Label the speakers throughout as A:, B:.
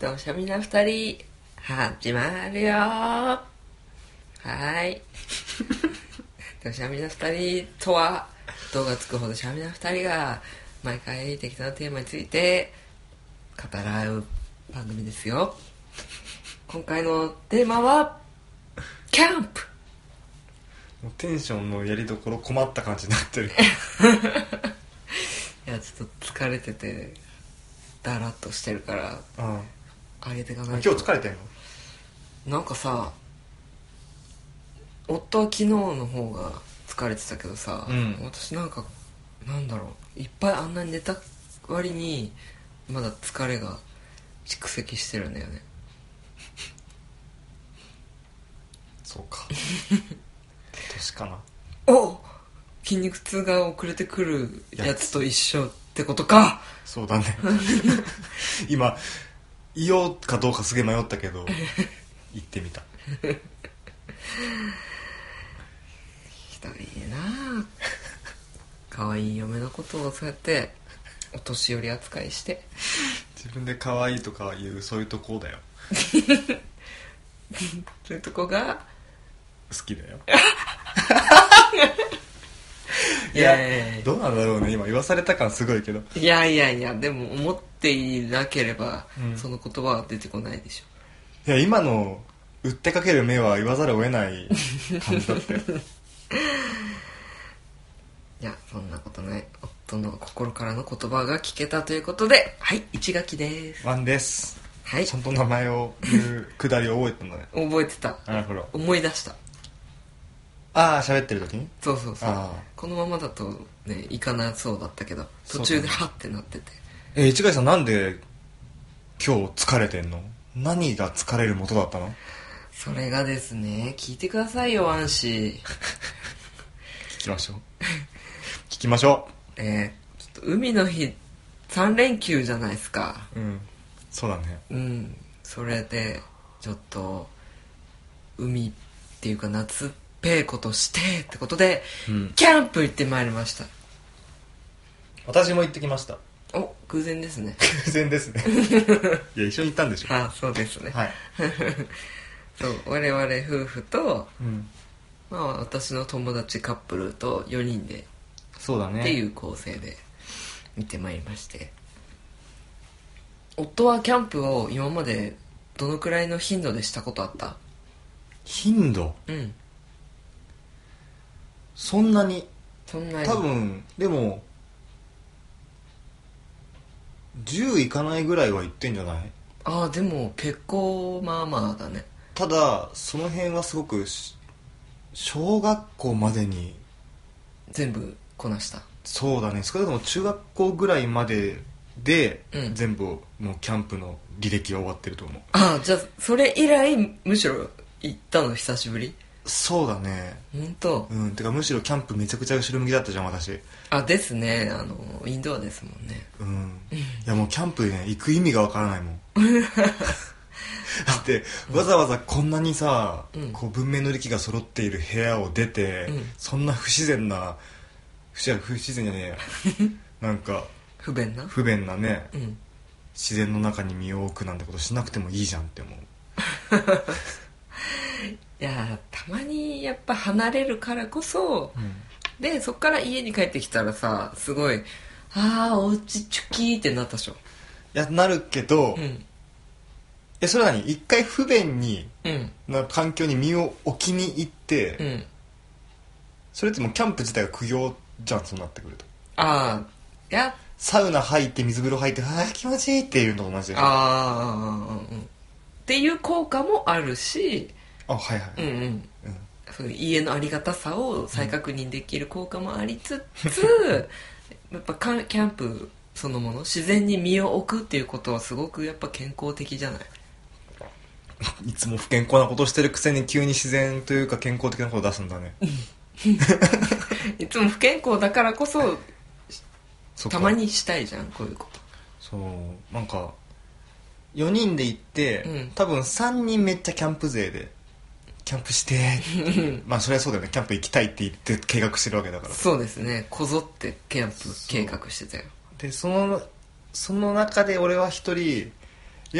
A: とおしゃみな二人始まるよはーい おしゃみな二人とは動画つくほどしゃみな二人が毎回適当なテーマについて語らう番組ですよ今回のテーマはキャンプ
B: もうテンションのやりどころ困った感じにな ってる
A: いやちょっと疲れててだらっとしてるから
B: うんあ
A: 上げていかな
B: 今
A: い
B: 日
A: と
B: 疲れてんの
A: なんかさ夫は昨日の方が疲れてたけどさ、
B: うん
A: 私なんかなんだろういっぱいあんなに寝た割にまだ疲れが蓄積してるんだよね
B: そうか年かな
A: お筋肉痛が遅れてくるやつと一緒ってことか
B: そう だね今言おうかどうかすげえ迷ったけど言ってみた
A: ひどいな可愛い嫁のことをそうやってお年寄り扱いして
B: 自分で可愛いとかいうそういうとこだよ
A: そういうとこが
B: 好きだよ
A: いやいやいや
B: どうなんだろうね今言わされた感すごいけど
A: いやいやいやでも思っていなければ、
B: うん
A: その言葉は出てこないでしょ
B: いや今の売ってかける目は言わざるを得ない感じだ ったよ
A: いやそんなことない夫の心からの言葉が聞けたということではい一垣です
B: ワンです
A: はい
B: ちゃんと名前を言うくだりを覚えてたんだね
A: 覚えてた
B: なるほど
A: 思い出した
B: ああ喋ってる時に
A: そうそうそう
B: ああ
A: このままだとねいかなそうだったけど
B: そう
A: 途
B: だ
A: 中で
B: ね
A: ハッてなってて、
B: えー市貝さんなんで今日疲れてんの何が疲れる元だったの
A: それがですね聞いてくださいよワン氏
B: 聞きましょう 聞きましょ
A: えー、ちょっと海の日3連休じゃないですか
B: ううんそうだね
A: うんそれでちょっと海っていうか夏っぺいことしてってことで、
B: うん
A: キャンプ行ってまいりました
B: 私も行ってきました
A: お偶然ですね
B: 偶然です ねいや一緒に行ったんでしょ
A: あそうですね、
B: はい、
A: そう我々夫婦と、
B: うん、
A: まあ、私の友達カップルと4人で、
B: そうだね
A: っていう構成で行ってまいりまして夫はキャンプを今までどのくらいの頻度でしたことあった
B: 頻度
A: うん
B: そんなに
A: そんなに
B: 多分でも10いかないぐらいは行ってんじゃない
A: ああでも結構まあまあだね
B: ただその辺はすごくし小学校までに
A: 全部こなした
B: そうだね少なくとも中学校ぐらいまでで、
A: うん
B: 全部もうキャンプの履歴は終わってると思う
A: ああじゃあそれ以来むしろ行ったの久しぶり
B: そうだね
A: 本当
B: うんてかむしろキャンプめちゃくちゃ後ろ向きだったじゃん私
A: あですねあのインドアですもんね
B: うんいやもうキャンプね行く意味がわからないもんだってわざわざこんなにさ、
A: うん
B: こう文明の利器が揃っている部屋を出て、
A: うん
B: そんな不自然な不自不自然じゃねえやなんか
A: 不便な
B: 不便なね
A: うん
B: 自然の中に身を置くなんてことしなくてもいいじゃんって思う
A: いやたまにやっぱ離れるからこそでそっから家に帰ってきたらさすごいああおうちチュキーってなったでしょ
B: いやなるけど、
A: う
B: え
A: ん
B: それは何一回不便に
A: うん
B: な環境に身を置きに行って、
A: うん
B: それってもうキャンプ自体が苦行じゃんそうなってくると
A: ああいや
B: サウナ入って水風呂入ってああ気持ちいいっていうのと同じでしょあ
A: ああうんうんっていう効果もあるし
B: はいは
A: う
B: い、
A: んうん
B: うん
A: そういう家のありがたさを再確認できる効果もありつつ、 やっぱかキャンプそのもの自然に身を置くっていうことはすごくやっぱ健康的じゃない
B: いつも不健康なことしてるくせに急に自然というか健康的なことを出すんだね、
A: いつも不健康だからこそ
B: そっか
A: たまにしたいじゃんこういうこと
B: そうなんか4人で行って、
A: うん
B: 多分3人めっちゃキャンプ勢でキャンプして まあそりゃそうだよねキャンプ行きたいって言って計画してるわけだから
A: そうですねこぞってキャンプ計画してたよ
B: でそのその中で俺は一人イエ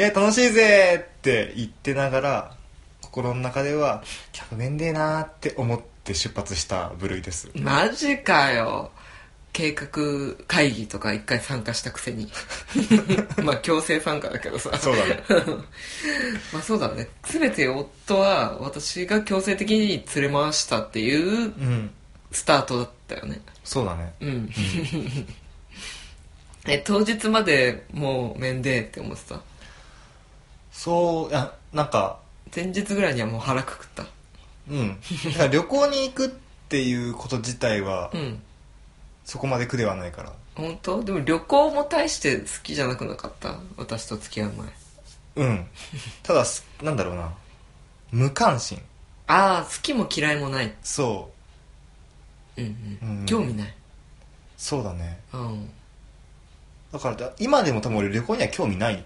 B: ーイ楽しいぜーって言ってながら心の中では客面でえなーって思って出発した部類です
A: マジかよ計画会議とか一回参加したくせ にまあ強制参加だけどさ
B: そうだね
A: まあそうだね全て夫は私が強制的に連れ回したっていう
B: うん
A: スタートだったよね
B: そうだね
A: うん え当日までもう面でって思ってた
B: そうあなんか
A: 前日ぐらいにはもう腹くくった
B: うんだから旅行に行くっていうこと自体は
A: うん
B: そこまで苦ではないから
A: 本当でも旅行も大して好きじゃなくなかった私と付き合う前
B: うんただすなんだろうな無関心
A: ああ好きも嫌いもない
B: そ
A: うん
B: う、
A: う
B: うん
A: ん興味ない
B: そうだね
A: うん
B: だからだ今でも多分俺旅行には興味ないん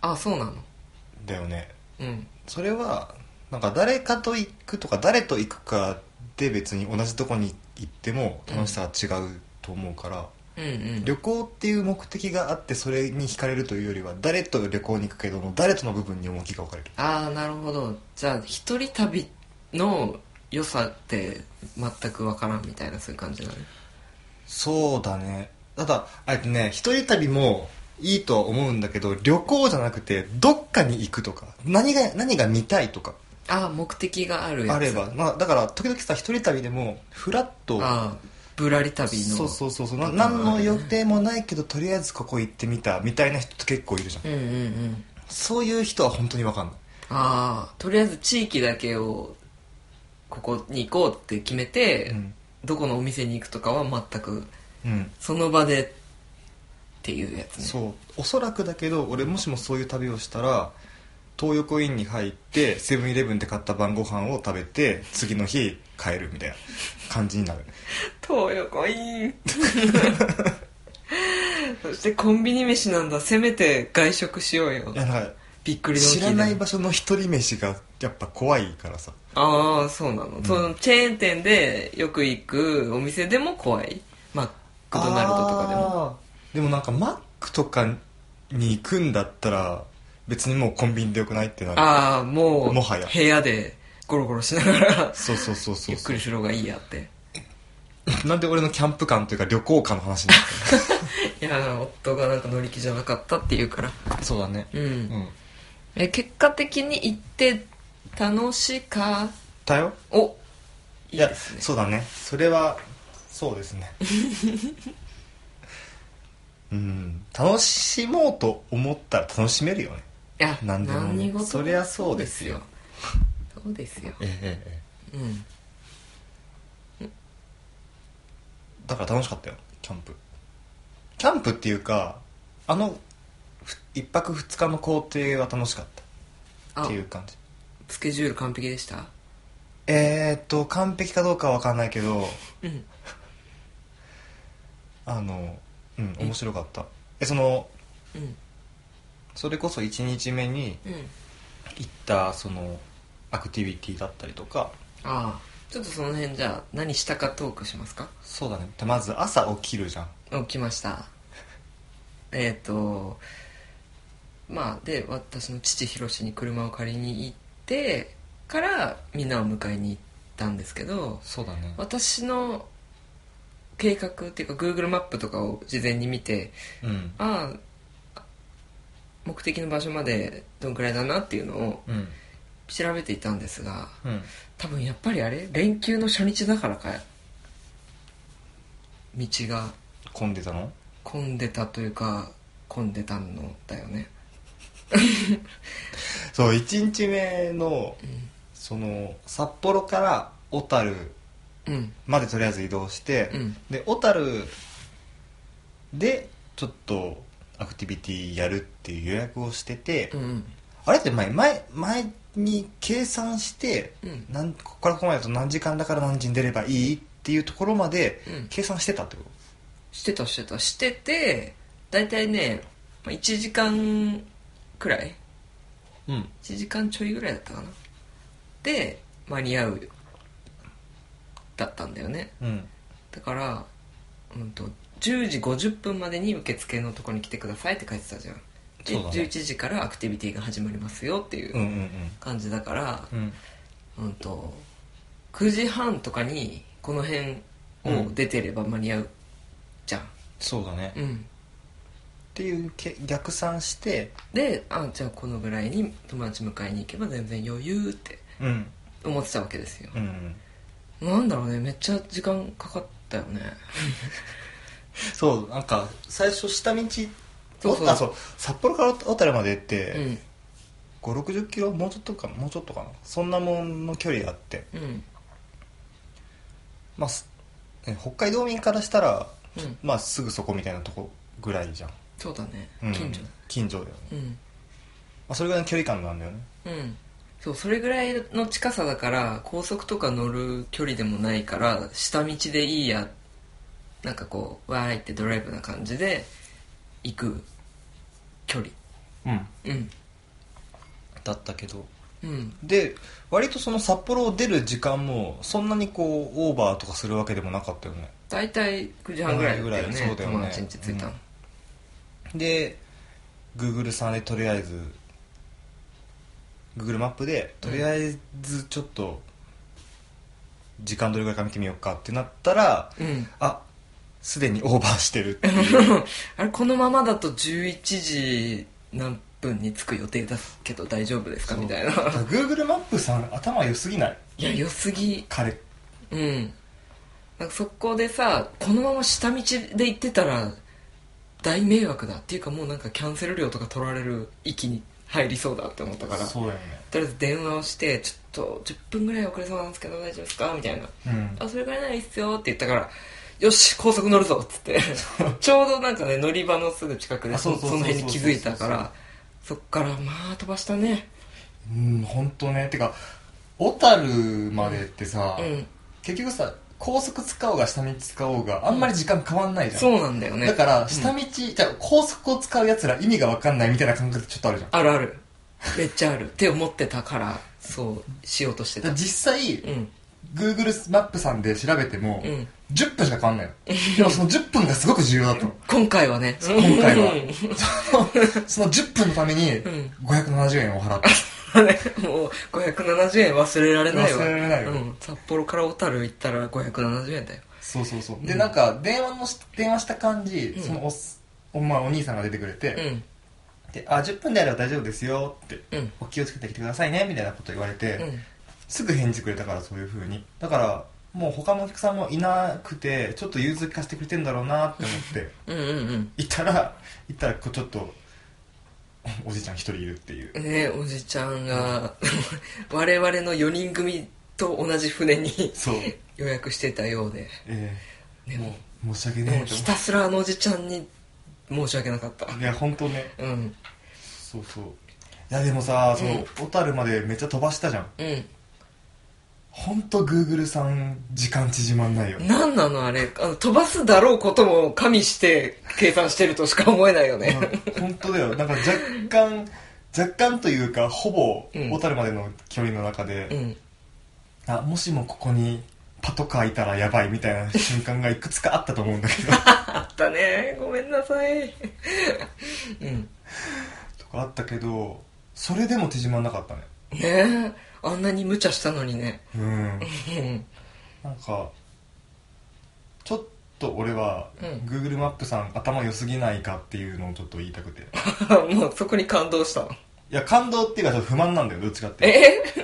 A: ああそうなの
B: だよね
A: うん
B: それはなんか誰かと行くとか誰と行くかで別に同じとこに行っても楽しさは違うと思うから、
A: うんうん
B: 旅行っていう目的があってそれに惹かれるというよりは誰と旅行に行くけども誰との部分に重きが分かれる
A: ああなるほどじゃあ一人旅の良さって全く分からんみたいなそういう感じだね
B: そうだねただあえてね一人旅もいいとは思うんだけど旅行じゃなくてどっかに行くとか何が何が見たいとか
A: ああ目的があるやつ
B: あれば、まあ、だから時々さ一人旅でもフラッと
A: ああぶらり旅の
B: そうそうそうそうな
A: パターンある
B: 何
A: ね
B: の予定もないけどとりあえずここ行ってみたみたいな人って結構いるじゃん、
A: うんうんうん
B: そういう人は本当に分かんない
A: ああとりあえず地域だけをここに行こうって決めて、
B: うん、
A: どこのお店に行くとかは全く
B: うん、
A: その場でっていうやつね
B: そうおそらくだけど俺もしもそういう旅をしたら東横インに入ってセブンイレブンで買った晩ご飯を食べて次の日帰るみたいな感じ になる
A: 東横イン そしてコンビニ飯なんだせめて外食しようよ
B: いやなんか
A: びっくりドンキー
B: 知
A: で
B: らない場所の一人飯がやっぱ怖いからさ
A: ああそうなの、そのチェーン店でよく行くお店でも怖いマックドナルドとかでも
B: あーでもなんかマックとかに行くんだったら別にもうコンビニでよくないってなる
A: ああもう
B: もはや
A: 部屋でゴロゴロしながら
B: そうそうそうそう
A: ゆっくりする方がいいやって
B: なんで俺のキャンプ感というか旅行感の話になっ
A: いやー夫がなんか乗り気じゃなかったって言うから
B: た そうだね
A: うん、
B: うん
A: え結果的に行って楽しか
B: だよ
A: おい
B: い
A: い
B: や
A: ですね
B: そうだねそれはそうです ねうん楽しもうと思ったら楽しめるよね
A: いや
B: なんでも
A: 何事も
B: そりゃそうですよ
A: そうですよ
B: えええ
A: うん
B: えだから楽しかったよキャンプキャンプっていうかあのふ一泊二日の行程は楽しかっ
A: あ
B: たっていう感じ
A: スケジュール完璧でした
B: えー、っと完璧かどうかは分かんないけど
A: うん
B: あのうん
A: え
B: 面白かったえその
A: うん
B: それこそ1日目に
A: うん
B: 行ったそのアクティビティだったりとか
A: ああちょっとその辺じゃあ何したかトークしますか
B: そうだねまず朝起きるじゃん
A: 起きました えっ、とまあで私の父広志に車を借りに行ってからみんなを迎えに行ったんですけど
B: そうだね
A: 私の計画っていうか Google マップとかを事前に見て
B: うん
A: ああ目的の場所までどんくらいだなっていうのを
B: うん
A: 調べていたんですが
B: うん
A: 多分やっぱりあれ連休の初日だからか道が
B: 混んでたの
A: 混んでたというか混んでたのだよね
B: そう1日目のその札幌から小樽
A: うん
B: までとりあえず移動して、
A: うん
B: で小樽でちょっとアクティビティやるっていう予約をしてて、
A: うんうん
B: あれって前前前に計算して、
A: うん
B: なんここからここまでだと何時間だから何時に出ればいいっていうところまで
A: うん
B: 計算してたってこと、
A: してたしてたしてて大体ねまあ1時間くらい
B: うん、
A: 1時間ちょいぐらいだったかなで間に合うだったんだよね
B: うん、
A: だから、うん、と10時50分までに受付のとこに来てくださいって書いてたじゃんで
B: そうだね
A: 11時からアクティビティが始まりますよっていう
B: うん
A: う
B: うん
A: 感じだから、
B: うんうん
A: うんと9時半とかにこの辺を出てれば間に合うじゃん、
B: そうだね、
A: う
B: っ
A: ん、
B: ていうけ逆算して
A: であじゃあこのぐらいに友達迎えに行けば全然余裕って
B: うん
A: 思ってたわけですよ
B: う、ん
A: なんだろうねめっちゃ時間かかったよね
B: そうなんか最初下道
A: そうそう
B: あそう札幌から小樽までって、
A: うん
B: 5 6 0キロもうちょっとかもうちょっとかなそんなもんの距離あって、
A: うん
B: まあ、すね北海道民からしたら、
A: うん
B: まあ、すぐそこみたいなとこぐらいじゃん、
A: そうだね、
B: うん
A: 近所だ
B: 近所だよね、
A: うん
B: まあ、それぐらいの距離感なんだよね
A: うんそうそれぐらいの近さだから高速とか乗る距離でもないから下道でいいやなんかこうわーいってドライブな感じで行く距離
B: うん
A: うん
B: だったけど
A: うん
B: で割とその札幌を出る時間もそんなにこうオーバーとかするわけでもなかったよね
A: 大体9時半ぐらいだったよ
B: ぐらい
A: ね
B: そうだよね
A: 友達ん家着いたの
B: で Google さんでとりあえず Google マップでとりあえずちょっと時間どれぐらいか見てみようかってなったら
A: うん、
B: あすでにオーバーしてるっていう
A: あれこのままだと11時何分に着く予定だけど大丈夫ですかみたいな
B: Google マップさん頭良すぎない
A: いや良すぎ
B: 彼
A: うんなんかそこでさこのまま下道で行ってたら大迷惑だっていうかもうなんかキャンセル料とか取られる域に入りそうだって思ったからと
B: うだよね
A: りあえず電話をして「ちょっと10分ぐらい遅れそうなんですけど大丈夫ですか?」みたいな
B: うん
A: あそれぐらいならいいっすよって言ったからよし高速乗るぞっつってちょうどなんかね乗り場のすぐ近くで
B: あ
A: そ
B: そう
A: の
B: そうそうそう
A: 辺に気づいたからそっからまあ飛ばしたね
B: うん本当ねてか小樽までってさ、
A: うん
B: 結局さ高速使おうが下道使おうがあんまり時間変わんないじゃん、
A: そうなんだよね
B: だから下道、じゃあ高速を使うやつら意味が分かんないみたいな感覚ちょっとあるじゃんだ
A: あるあるめっちゃあるって思ってたからそうしようとして
B: か
A: た
B: ら実際、
A: うん
B: Google マップさんで調べても、
A: うん
B: 10分しか変わんないのでもその10分がすごく重要だと
A: 今回はね今
B: 今回はそのその10分のために
A: ん
B: 570円を払って、
A: もう570円忘れられないわ
B: 忘れられないわ
A: うん、札幌から小樽行ったら570円だよ
B: そうそうそうで、なんか電話のし電話した感じ、そのおっお,、まあ、お兄さんが出てくれて、
A: うん
B: であ10分であれば大丈夫ですよって、
A: うん
B: お気をつけてきてくださいねみたいなこと言われて、
A: うん
B: すぐ返事くれたからそういう風にだからもう他のお客さんもいなくてちょっと融通聞かせてくれてんだろうなって思って
A: うんうん
B: 行ったら行ったらこうちょっとおじいちゃん一人いるっていう
A: うんねおじちゃんが 我々の4人組と同じ船に
B: そう
A: 予約してたようで
B: ええ
A: ね
B: もう申し訳
A: もう
B: ねえと
A: ひ
B: 思
A: たすらあのおじちゃんに申し訳なかった
B: っていや本当ね
A: うん
B: そうそういやでもさその小樽、までめっちゃ飛ばしたじゃん
A: うん
B: 本当グーグルさん時間縮まんないよね
A: 何なのあれあの飛ばすだろうことも加味して計算してるとしか思えないよね
B: 本当だよなんか若干若干というかほぼ
A: うん
B: 小樽までの距離の中で、
A: うん
B: あもしもここにパトカーいたらやばいみたいな瞬間がいくつかあったと思うんだ けど
A: あったねごめんなさい うん
B: とかあったけどそれでも手締まんなかったね
A: ねえあんなに無茶したのにね
B: うん
A: うん
B: なんかちょっと俺は、
A: うん
B: Google マップさん頭良すぎないかっていうのをちょっと言いたくて
A: もうそこに感動したの
B: いや感動っていうかちょっと不満なんだよどっちかって
A: え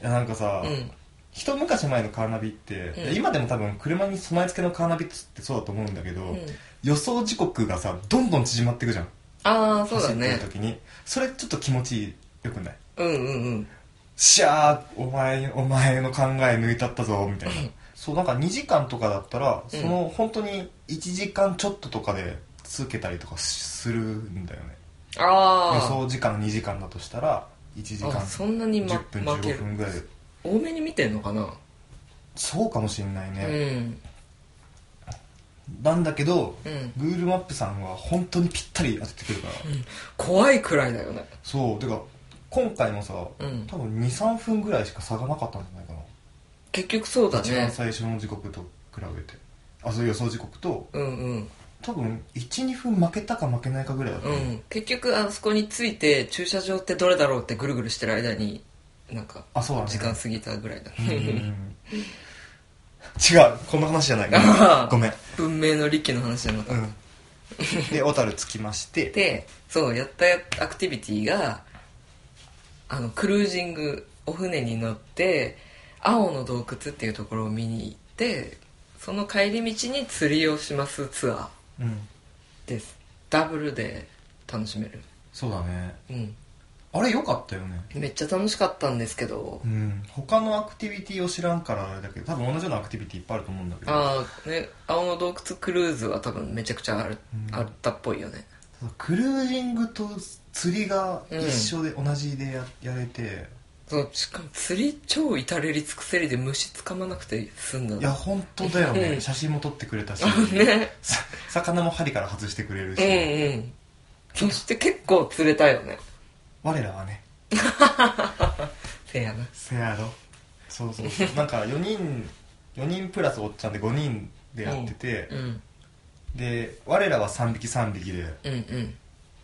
B: いやなんかさ、
A: うん
B: 一昔前のカーナビって、
A: うん
B: 今でも多分車に備え付けのカーナビってそうだと思うんだけど、
A: うん
B: 予想時刻がさどんどん縮まっていくじゃん
A: ああそうだ
B: 走
A: ね
B: ってる時にそれちょっと気持ちよくない
A: うんうんうん
B: しゃーお前お前の考え抜いたったぞみたいな、
A: うん
B: そうなんか2時間とかだったら
A: う
B: そ
A: ん
B: の本当に1時間ちょっととかで続けたりとかするんだよね予
A: あ
B: 想時間2時間だとしたら1時間
A: あそんなにま
B: 10分
A: 負ける
B: 15分ぐらいで
A: あ多めに見てんのかな
B: そうかもしんないうね、
A: ん
B: なんだけど、
A: うん
B: Google マップさんは本当にぴったり当ててくるから、
A: 怖いくらいだよね
B: そうてか今回もさ、
A: うん
B: 多分23分ぐらいしか差がなかったんじゃないかな
A: 結局そうだ
B: 一番
A: ね
B: 最初の時刻と比べてあそう予想時刻と
A: うんうん
B: 多分12分負けたか負けないかぐらいだった、
A: う、ん、結局あそこに着いて駐車場ってどれだろうってぐるぐるしてる間になんか
B: あそうだね
A: 時間過ぎたぐらいだ
B: うん違
A: ね
B: うこの話じゃない
A: あー
B: ごめん、
A: 文明の利器の話じゃなかった、
B: うん、で小樽着きまして
A: でそうやったアクティビティがあのクルージングお船に乗って青の洞窟っていうところを見に行ってその帰り道に釣りをしますツアー
B: うん
A: ですダブルで楽しめる
B: そうだね
A: うん
B: あれ良かったよね
A: めっちゃ楽しかったんですけど、
B: うん他のアクティビティを知らんからあれだけど多分同じようなアクティビティいっぱいあると思うんだけど
A: ああね青の洞窟クルーズは多分めちゃくちゃある、
B: うん
A: あったっぽいよね
B: ただクルージングと釣りが一緒で、同じでややれて
A: そうしかも釣り超至れり尽くせりで虫捕まなくて済んだの
B: いや本当だよね、
A: うん
B: 写真も撮ってく れたし、
A: ね
B: さ魚も針から外してくれるし、
A: うんうんそして結構釣れたよね
B: 我らはね
A: せやな
B: せやろそうそ うそうなんか4人4人プラスおっちゃんで5人でやってて、
A: うん
B: で我らは3匹3匹で
A: うんうん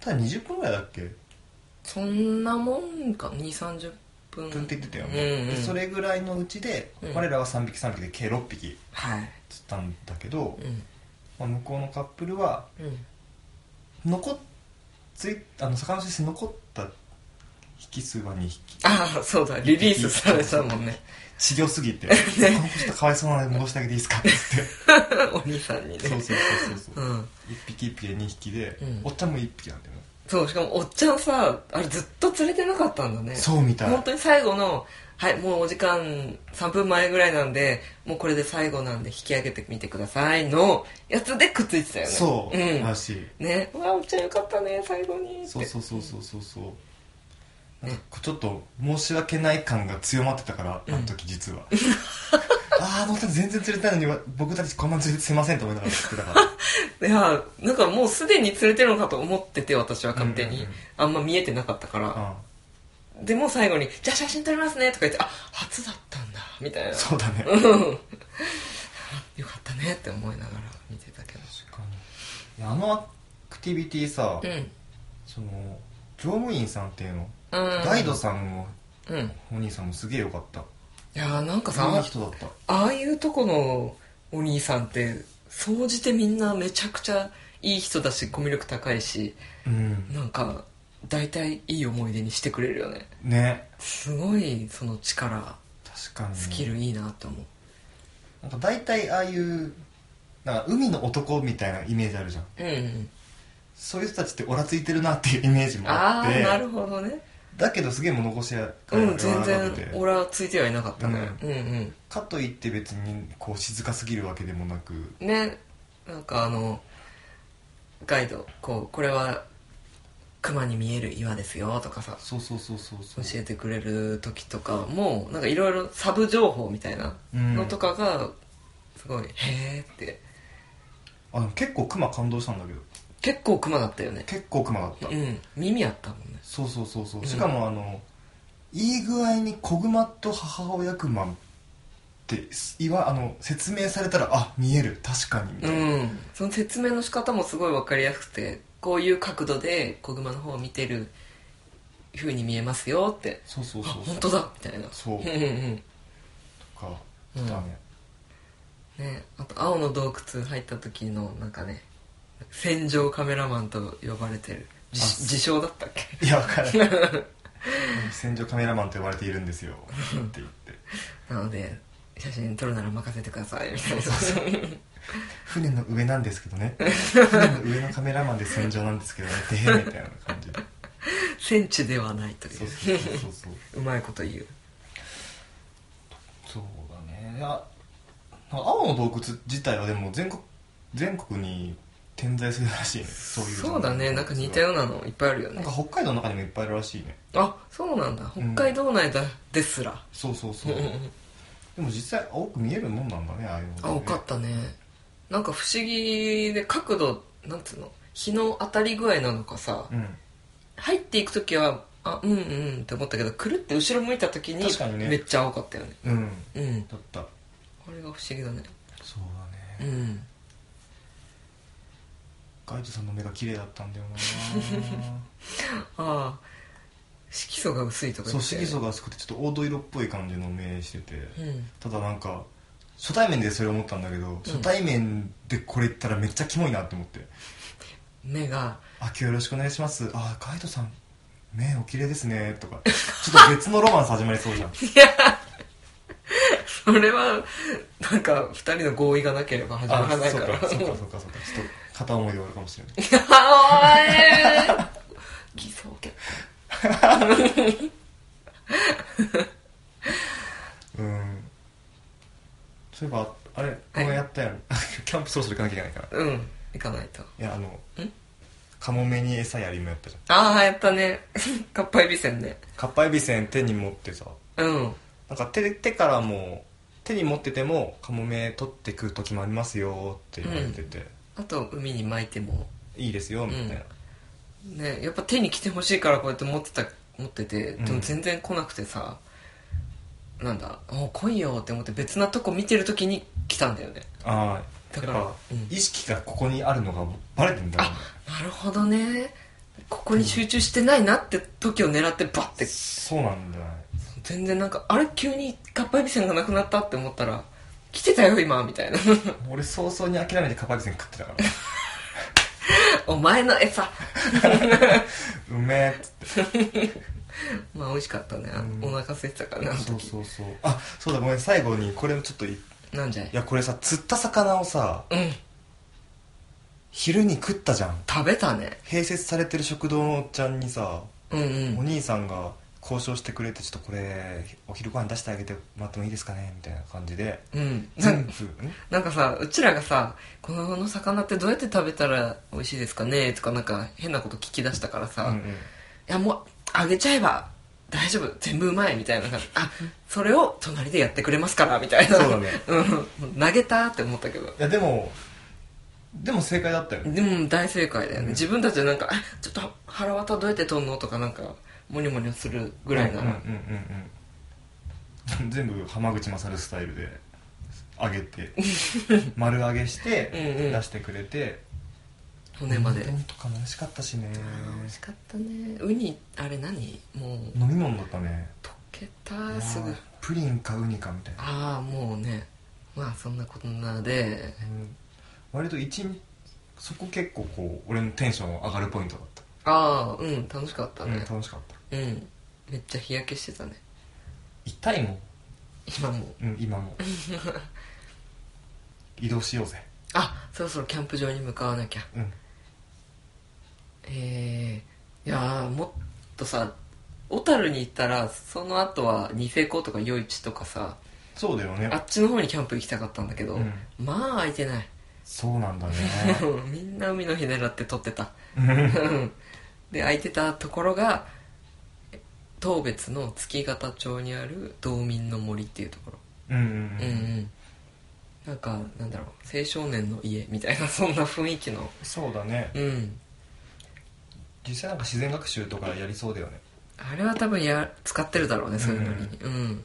B: ただ20分ぐらいだっけ
A: そんなもんか2三3 0分
B: 分って言ってたよね、
A: うん、うん、
B: でそれぐらいのうちで、
A: うん
B: 我らは3匹3匹で計6匹
A: はい
B: 釣ったんだけど、
A: うん
B: まあ、向こうのカップルは
A: うん
B: 残っついあの魚の先生残った匹数は2匹
A: ああそうだリリースされたもんね
B: 治療すぎ て、この子ちょっとかわいそうなので戻してあげていいですかって
A: お兄さんにね
B: 言ってそうそうそうそうそう、
A: うん
B: 一匹一匹で2匹で、
A: うん
B: おっちゃんも1匹なんだよね、
A: そうしかもおっちゃんさあれずっと釣れてなかったんだね
B: そうみたい
A: 本当に最後のはいもうお時間3分前ぐらいなんでもうこれで最後なんで引き上げてみてくださいのやつでくっついてたよね
B: そう、
A: うん
B: らしい
A: ねうわおっちゃんよかったね最後にって
B: そうそうそうそうそうそうなんかこうちょっと申し訳ない感が強まってたからあの時実は、 あああの人全然釣れたのにわ僕たちこんな釣れてすいませんと思いながら釣ってたから
A: いやなんかもうすでに釣れてるのかと思ってて私は勝手に、
B: うんうんうん
A: あんま見えてなかった から、でも最後に「じゃあ写真撮りますね」とか言って「あ初だったんだ」みたいな
B: うん、そうだ ね
A: うんよかったねって思いながら見てたけど
B: 確かにいやあのアクティビティさ、
A: うん
B: その乗務員さんっていうの、
A: うん
B: ガイドさんも
A: うんい
B: お兄さんもすげえよかった
A: やーなんかさ
B: いい人だった
A: ああいうとこのお兄さんって総じてみんなめちゃくちゃいい人だしコミュ力高いし
B: うん
A: なんか大体いい思い出にしてくれるよね
B: ね
A: すごいその力
B: 確かに
A: スキルいいなって思う
B: なんか大体ああいうなんか海の男みたいなイメージあるじゃん
A: うんうん
B: そういう人たちってオラついてるなっていうイメージもあ
A: あ
B: っ
A: あ
B: て
A: なるほどね
B: だけどすげえ物腰やか
A: うん
B: 柔
A: 全
B: らかくて
A: 然オラついてはいなかったねうんうん
B: かといって別にこう静かすぎるわけでもなく
A: ねなんかあのガイドこうこれは熊に見える岩ですよとかさ
B: そうそうそうそうそ
A: 教
B: う
A: えてくれる時とかもなんかいろいろサブ情報みたいな
B: うん
A: のとかがすごい「へーって
B: あでも結構クマ感動したんだけど
A: 結構クマだったよね
B: 結構クマだった、
A: うん耳あったもんね
B: そうそうそうそううんしかもあの、いい具合に子グマと母親クマっていわあの説明されたらあ見える確かにみた
A: う
B: いな、
A: んその説明の仕方もすごい分かりやすくてこういう角度で子グマの方を見てる風に見えますよって
B: そうそう
A: あ
B: そう
A: 本当だみたいな
B: そうん
A: うんうん
B: とか
A: うん
B: だね、
A: ね、あと青の洞窟入った時のなんかね戦場カメラマンと呼ばれてる自
B: あ
A: 自称だったっけ
B: いやわからない戦場カメラマンと呼ばれているんですよって言って
A: なので写真撮るなら任せてくださいみたいな
B: 船の上なんですけどね船の上のカメラマンで戦場なんですけどねでへみたいな感じで
A: 戦地ではないという
B: そうそうそうそうそう
A: うまいこと言う
B: そうだねいや青の洞窟自体はでも全国全国に点在するらしいねそういう
A: そうだねなんか似たようなのいっぱいあるよ
B: なん
A: ね
B: か北海道の中にもいっぱいあるらしいね
A: あそうなんだ北海道内だ、ですら
B: そうそうそう
A: うんうんう
B: で
A: ん
B: も実際青く見えるもんなんだねああいうのね
A: 青かったねなんか不思議で角度なんつうの日の当たり具合なのかさ、
B: うん
A: 入っていく時はあうんうんって思ったけどくるって後ろ向いた時に
B: 確かにね
A: めっちゃ青かったよね
B: うん
A: うん
B: だった
A: これが不思議だね
B: そうだね
A: うん
B: ガイドさんの目が綺麗だったんだ よ
A: ああ色素が薄いと
B: な
A: か言
B: そう
A: って
B: 色素が薄くてちょっと黄土色っぽい感じの目してて、
A: うん
B: ただなんか初対面でそれ思ったんだけど、初対面でこれ言ったらめっちゃキモいなって思って
A: 目が
B: 「あ今日よろしくお願いします」「あガイドさん目お綺麗ですね」とかちょっと別のロマンス始まり そうじゃん
A: いやそれはなんか2人の合意がなければ始まらない
B: そ
A: か
B: う
A: ら
B: かそうかそうかそうかちょっと片思いで終わるかもしれない
A: あ おい偽装結
B: うんそういえばあれこのやったやん キャンプそろそろ行かなきゃいけないから
A: 婚うん行かないと
B: いやあのカモメに餌やりもやったじゃん
A: ああやったね かっぱえびせんね
B: かっぱえびせん手に持ってさ
A: うん
B: なんか手手からも手に持っててもカモメ取ってくる時もありますよって言われてて、
A: あと海に巻いても
B: いいですよみたいな、
A: うんねやっぱ手に来てほしいからこうやって持ってた持っててでも全然来なくてさ、なんだもう来いよって思って別なとこ見てる時に来たんだよね
B: ああ
A: だ
B: だ
A: か
B: からら
A: うん
B: 意識がここにあるのがバレてんだろうね
A: なるほどねここに集中してないなって時を狙ってバッて
B: そうなんだね
A: 全然なんかあれ急にかっぱえびせんがなくなったって思ったら来てたよ今みたいな
B: 俺早々に諦めてカパビセン食ってたから
A: お前の餌
B: うめえっつって
A: まあ美味しかったね、あ
B: うん
A: お腹空いてたからな
B: そうそうそうあそうだごめん最後にこれをちょっといい
A: なんじゃい
B: やこれさ釣った魚をさ
A: うん
B: 昼に食ったじゃん
A: 食べたね
B: 併設されてる食堂のおっちゃんにさ、
A: うんう
B: お
A: ん
B: 兄さんが交渉してくれてちょっとこれお昼ご飯出してあげてもらってもいいですかねみたいな感じで
A: うんな
B: 全部ん
A: なんかさうちらがさ「この魚ってどうやって食べたら美味しいですかね?」とかなんか変なこと聞き出したからさ「
B: うんう
A: い
B: ん
A: やもうあげちゃえば大丈夫全部うまい」みたいな感じあそれを隣でやってくれますからみたいな
B: そうだね
A: うん投げたって思ったけど
B: いやでもでも正解だったよね
A: でも大正解だよね、自分たちでなんかあ「ちょっと腹渡どうやって取んの?」とかなんかモニョモニョするぐらいな
B: うんうんう
A: ら、
B: んうん 全部浜口勝るスタイルで揚げ て丸揚げして
A: うんうん
B: 出してくれて
A: 骨まで、
B: 丼とかも美味しかったしね
A: 美味しかったねウニあれ何もう
B: 飲み物だったね
A: 溶けたすぐ
B: あープリンかウニかみたいな、
A: ああもうねまあそんなこんなで
B: うん割と一日そこ結構こう俺のテンション上がるポイントだった
A: ああうん楽しかった
B: うん
A: ね
B: 楽しかった
A: うん、めっちゃ日焼けしてたね
B: 痛いもん、
A: 今も
B: うん、今も移動しようぜ
A: あそろそろキャンプ場に向かわなきゃ
B: うん
A: えー、いやーもっとさ小樽に行ったらその後はニセコとか余市とかさ
B: そうだよね
A: あっちの方にキャンプ行きたかったんだけど、
B: うん
A: まあ空いてない
B: そうな んだね
A: みんな海の日狙って撮ってた
B: うん
A: うんで空いてたところが当別の月形町にある道民の森っていうところ
B: うんうん
A: うんうんなんかなんだろう青少年の家みたいなそんな雰囲気の
B: そうだね
A: うん
B: 実際なんか自然学習とかやりそうだよね
A: あれは多分や使ってるだろうねそういうのに
B: う
A: うん、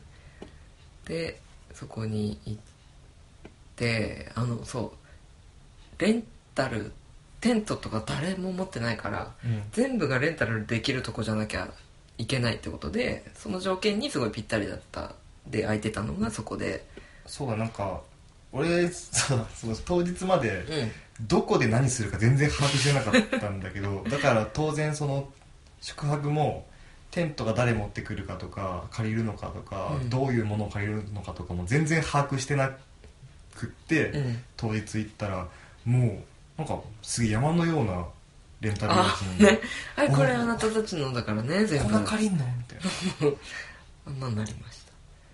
A: でそこに行ってあのそうレンタルテントとか誰も持ってないから
B: うん
A: 全部がレンタルできるとこじゃなきゃいけないってことでその条件にすごいぴったりだったで空いてたのがそこで
B: そうだなんか俺そうその当日まで
A: うん
B: どこで何するか全然把握してなかったんだ けどだから当然その宿泊もテントが誰持ってくるかとか借りるのかとか、
A: うん
B: どういうものを借りるのかとかも全然把握してなくって、
A: うん
B: 当日行ったらもうなんかすげえ山のようなレンタル料
A: あ
B: 金
A: ねはいこれあなたたちのだからね全
B: こん
A: 部
B: な借りんのみたいな
A: あんなになりまし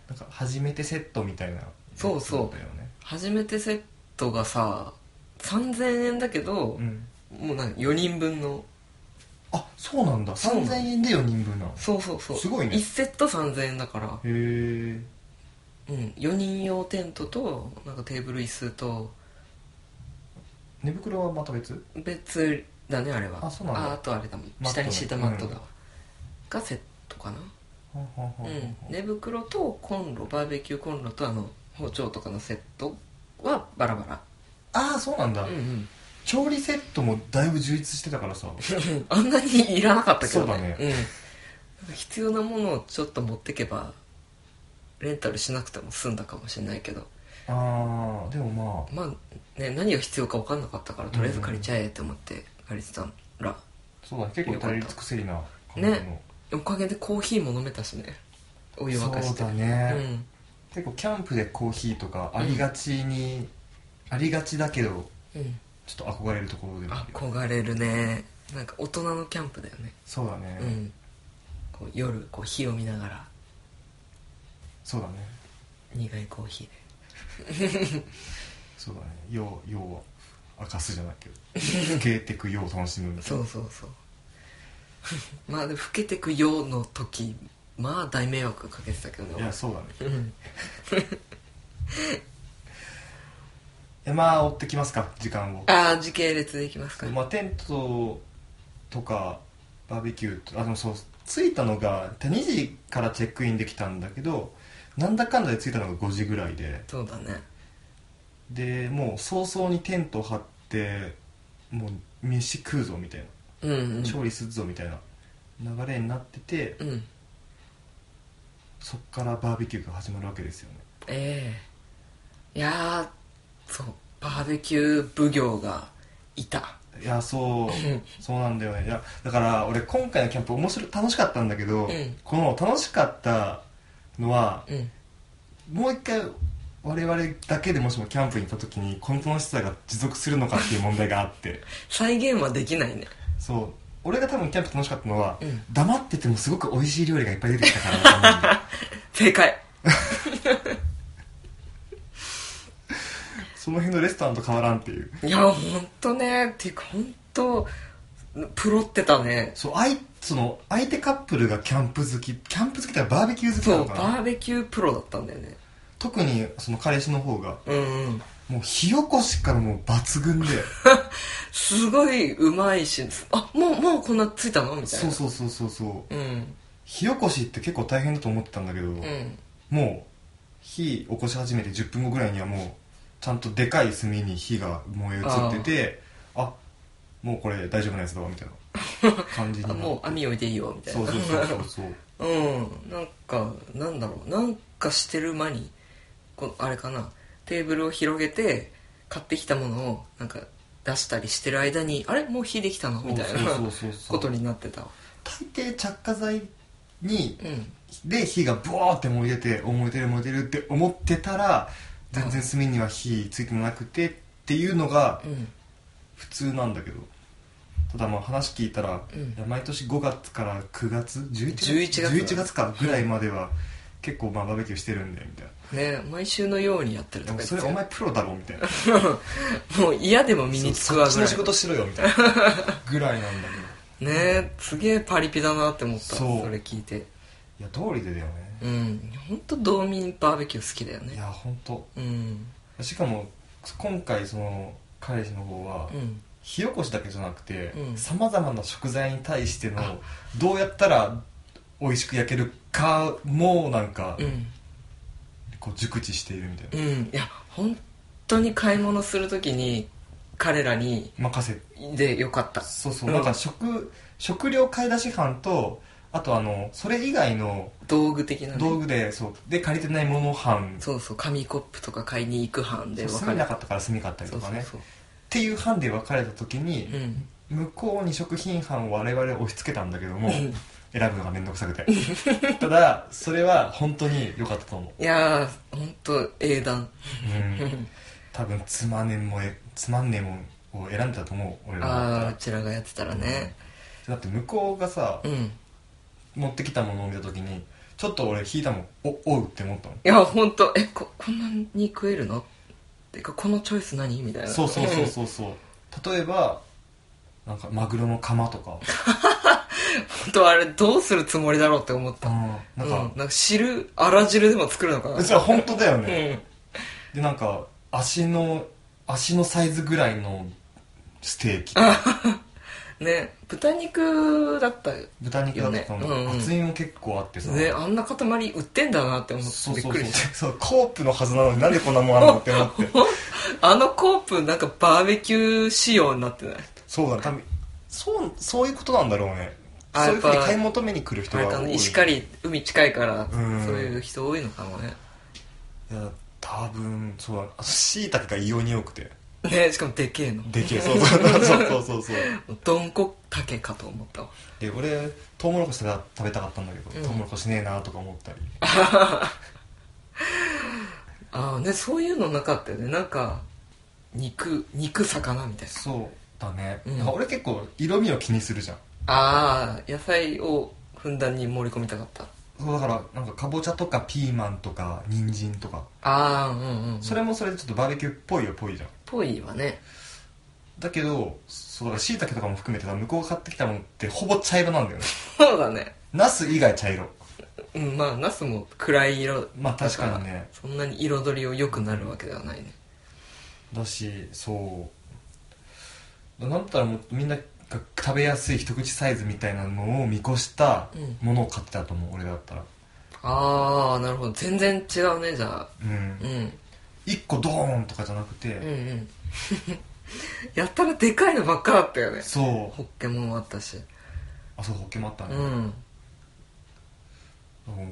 A: た
B: なんか初めてセットみたいな
A: そうそう
B: だよね
A: 初めてセットがさ3000円だけど
B: う、ん
A: もうなんか4人分の
B: あそうなんだ
A: そうなん
B: 3000
A: だ
B: 円で4人分なのへ
A: そうそうそう
B: すごいね
A: 1セット3000円だから、
B: え
A: うん、4人用テントとなんかテーブル椅子と
B: 寝袋はまた別
A: 別だねあれは
B: あそうなんだ
A: ああとあれだもん
B: マット
A: 下
B: ね
A: に敷いたマットだわ、がセットかな、
B: はんはんはん
A: う
B: はん
A: ん、寝袋とコンロバーベキューコンロとあの包丁とかのセットはバラバ
B: ああそうなんだ、
A: ラうんうん
B: 調理セットもだいぶ充実してたからさ
A: あんなにいらなかったけどね
B: そうだね
A: ん、なんか必要なものをちょっと持ってけばレンタルしなくても済んだかもしれないけど
B: ああでもまあ
A: まあね何が必要か分かんなかったからとりあえず借りちゃえって思って借りてたら、
B: そうだね結構足り尽くせりな感
A: ねおかげでコーヒーも飲めたしねお湯沸か
B: そ
A: し
B: う
A: て
B: だね、結構キャンプでコーヒーとかありがちに、ありがちだけど
A: うん、うん、
B: ちょっと憧れるところでもあるよ
A: 憧れるねなんか大人のキャンプだよね、
B: そうだね、
A: うんこう夜こう火を見ながら
B: そうだね
A: 苦いコーヒーで
B: そうだねようようは明かすじゃないけど消えてくよう楽しむみたい
A: そ
B: な
A: うそうそう まあでも老けてくようの時まあ大迷惑かけてたけど
B: いやそうだね
A: うん
B: えまあ追ってきますか時間を
A: ああ時系列でいきますか、
B: まあ、テントとかバーベキューとあでもそう着いたのが2時からチェックインできたんだけどなんだかんだで着いたのが5時ぐらいで
A: そうだね
B: でもう早々にテント張ってもう飯食うぞみたい
A: うんうん
B: な調理するぞみたいな流れになってて、
A: うん
B: そっからバーベキューが始まるわけですよね
A: ええいやーそうバーベキュー奉行がいた
B: いやそうそうなんだよねいやだから俺今回のキャンプ面白い楽しかったんだけど、
A: うん
B: この楽しかったのは
A: うん
B: もう一回我々だけでもしもキャンプに行った時にこの楽しさが持続するのかっていう問題があって
A: 再現はできないね
B: そう俺が多分キャンプ楽しかったのは、
A: うん
B: 黙っててもすごく美味しい料理がいっぱい出てきたからだと思うんだよ
A: 正解
B: その辺のレストランと変わらんっていう
A: いやほんとねっていうかほんとプロってたね
B: そうあいその相手カップルがキャンプ好きキャンプ好きってバーベキュー好きな
A: そ
B: の
A: う
B: か
A: バ
B: な
A: ーベキュープロだったんだよね
B: 特にその彼氏の方が
A: うんうん
B: もう火起こしからもう抜群で
A: すごいうまいしあもうもうこんなついたのみたいな
B: そうそうそうそうそう
A: うん
B: 火起こしって結構大変だと思ってたんだけど、
A: うん
B: もう火起こし始めて10分後ぐらいにはもうちゃんとでかい炭に火が燃え移っててあもうこれ大丈夫なやつだわみたいな感じに
A: あ
B: なっ て
A: もう網置いていいよみたい
B: そ
A: な
B: うそうそうそうそう
A: うんなんかなんだろうなんかしてる間にこのあれかなテーブルを広げて買ってきたものをなんか出したりしてる間にあれもう火できたの みたいな
B: そうそうそうそう
A: ことになってたわ
B: 大抵着火剤に
A: うん
B: で火がブワーって燃えててお燃えてる燃えてるって思ってたら全然炭には火ついてなくてっていうのが
A: うん
B: 普通なんだけどただまあ話聞いたら、
A: うん
B: いや毎年5月から9月11月
A: 11月
B: 11月かぐらいまでは結構まあバーベキューしてるんでみたい
A: ね毎週のようにやってると
B: な
A: か言って
B: それ
A: た
B: お
A: よ
B: 前プロだろみたいな
A: もう嫌でも身につくわぐ
B: そ
A: ら
B: っ
A: い
B: ちの仕事しろよみたいなぐらいなんだ
A: ねえすげえパリピだなって思った
B: そ
A: そうれ聞いて
B: けどいや道理でだよね
A: うん本当道民バーベキュー好きだよ
B: い
A: ね
B: や本当
A: うん
B: しかも今回その彼氏の方は、
A: うん
B: 火起こしだけじゃなくて
A: うん
B: さまざまな食材に対してのどうやったら美味しく焼けるかもなんか
A: うん
B: こう熟知しているみたいな
A: うんいや本当に買い物するときに彼らに
B: 任せて
A: でよかった
B: そうそう、
A: うん
B: なんか食食料買い出し班とあとあのそれ以外の
A: 道具的な、ね、
B: 道具で、そうで借りてないもの班
A: そうそう紙コップとか買いに行く班で
B: そう
A: 分
B: 住
A: か
B: め
A: れ
B: なかったから住みかったり
A: そ
B: と
A: う
B: か
A: そ
B: ね
A: うそう
B: っていう班で分かれた時に、
A: うん
B: 向こうに食品班を我々押し付けたんだけども
A: うん
B: 選ぶのが面倒くさくて ただそれは本当に良かったと思う
A: いやー本当英断
B: う
A: うんん
B: 多分つまんねんもえつまんねんもんを選んでたと思う俺らだった
A: ああ
B: ら
A: うちらがやってたらね
B: だって向こうがさ
A: うんい
B: 持ってきたものを見た時にちょっと俺引いたもんおおうって思ったの
A: や本当えここんなに食えるのてかこのチョイス何みたいな
B: そうそうそうそうそう例えばなんかマグロの釜とか
A: 本当あれどうするつもりだろうって思った
B: なんか
A: うん、なんか汁あら汁でも作るのかな
B: うちは本当だよね
A: うん
B: でなんか足の足のサイズぐらいのステーキ
A: ね豚肉だったよ
B: 豚肉だったと思
A: よねうんう
B: うん厚みも結構あってさ
A: ねあんな塊売ってんだなって思って
B: そう
A: びっ
B: そう
A: く
B: そう
A: りし
B: そうコープのはずなのになんでこんなもんあんのって思って
A: たあのコープなんかバーベキュー仕様になってない
B: そうだね多分そうそういうことなんだろうね
A: あ
B: そういうふうに
A: やっぱ
B: 買い求めに来る人
A: あ
B: が
A: れ
B: 多
A: かない石狩海近いから
B: うん
A: そういう人多いのかもね
B: いや多分そうだあとしいたけが異様に多くて
A: ねしかもでけえの
B: でけえそうそうそうそうそうそう
A: どんこたけかと思ったわ
B: で俺トウモロコシが食べたかったんだけど、
A: うん
B: トウモロコシねえなとか思ったり
A: ああねそういうのなかったよねなんか肉肉魚みたいな
B: そうだね、
A: うん
B: なんか俺結構色味を気にするじゃん
A: ああ野菜をふんだんに盛り込みたかった
B: そうだからなんかかぼちゃとかピーマンとか人参とか
A: ああうんうん
B: それもそれでちょっとバーベキューっぽいよっぽいじゃん
A: ぽいわね
B: だけどそうだからしいたけとかも含めてさ向こうが買ってきたものってほぼ茶色なんだよね
A: そうだね
B: ナス以外茶色
A: うんまあナスも暗い色
B: まあ確かにね
A: だらそんなに彩りを良くなるわけではないね
B: だしそうなんだったらもうみんなが食べやすい一口サイズみたいなのを見越した
A: うん
B: ものを買ってたと思う、俺だったら
A: ああなるほど全然違うねじゃあ
B: うん
A: うん
B: 1個ドーンとかじゃなくて、
A: うんうん やったらでかいのばっかだったよね
B: そう
A: ホッケもあったし
B: あそうホッケもあった
A: う
B: ね、
A: ん
B: うん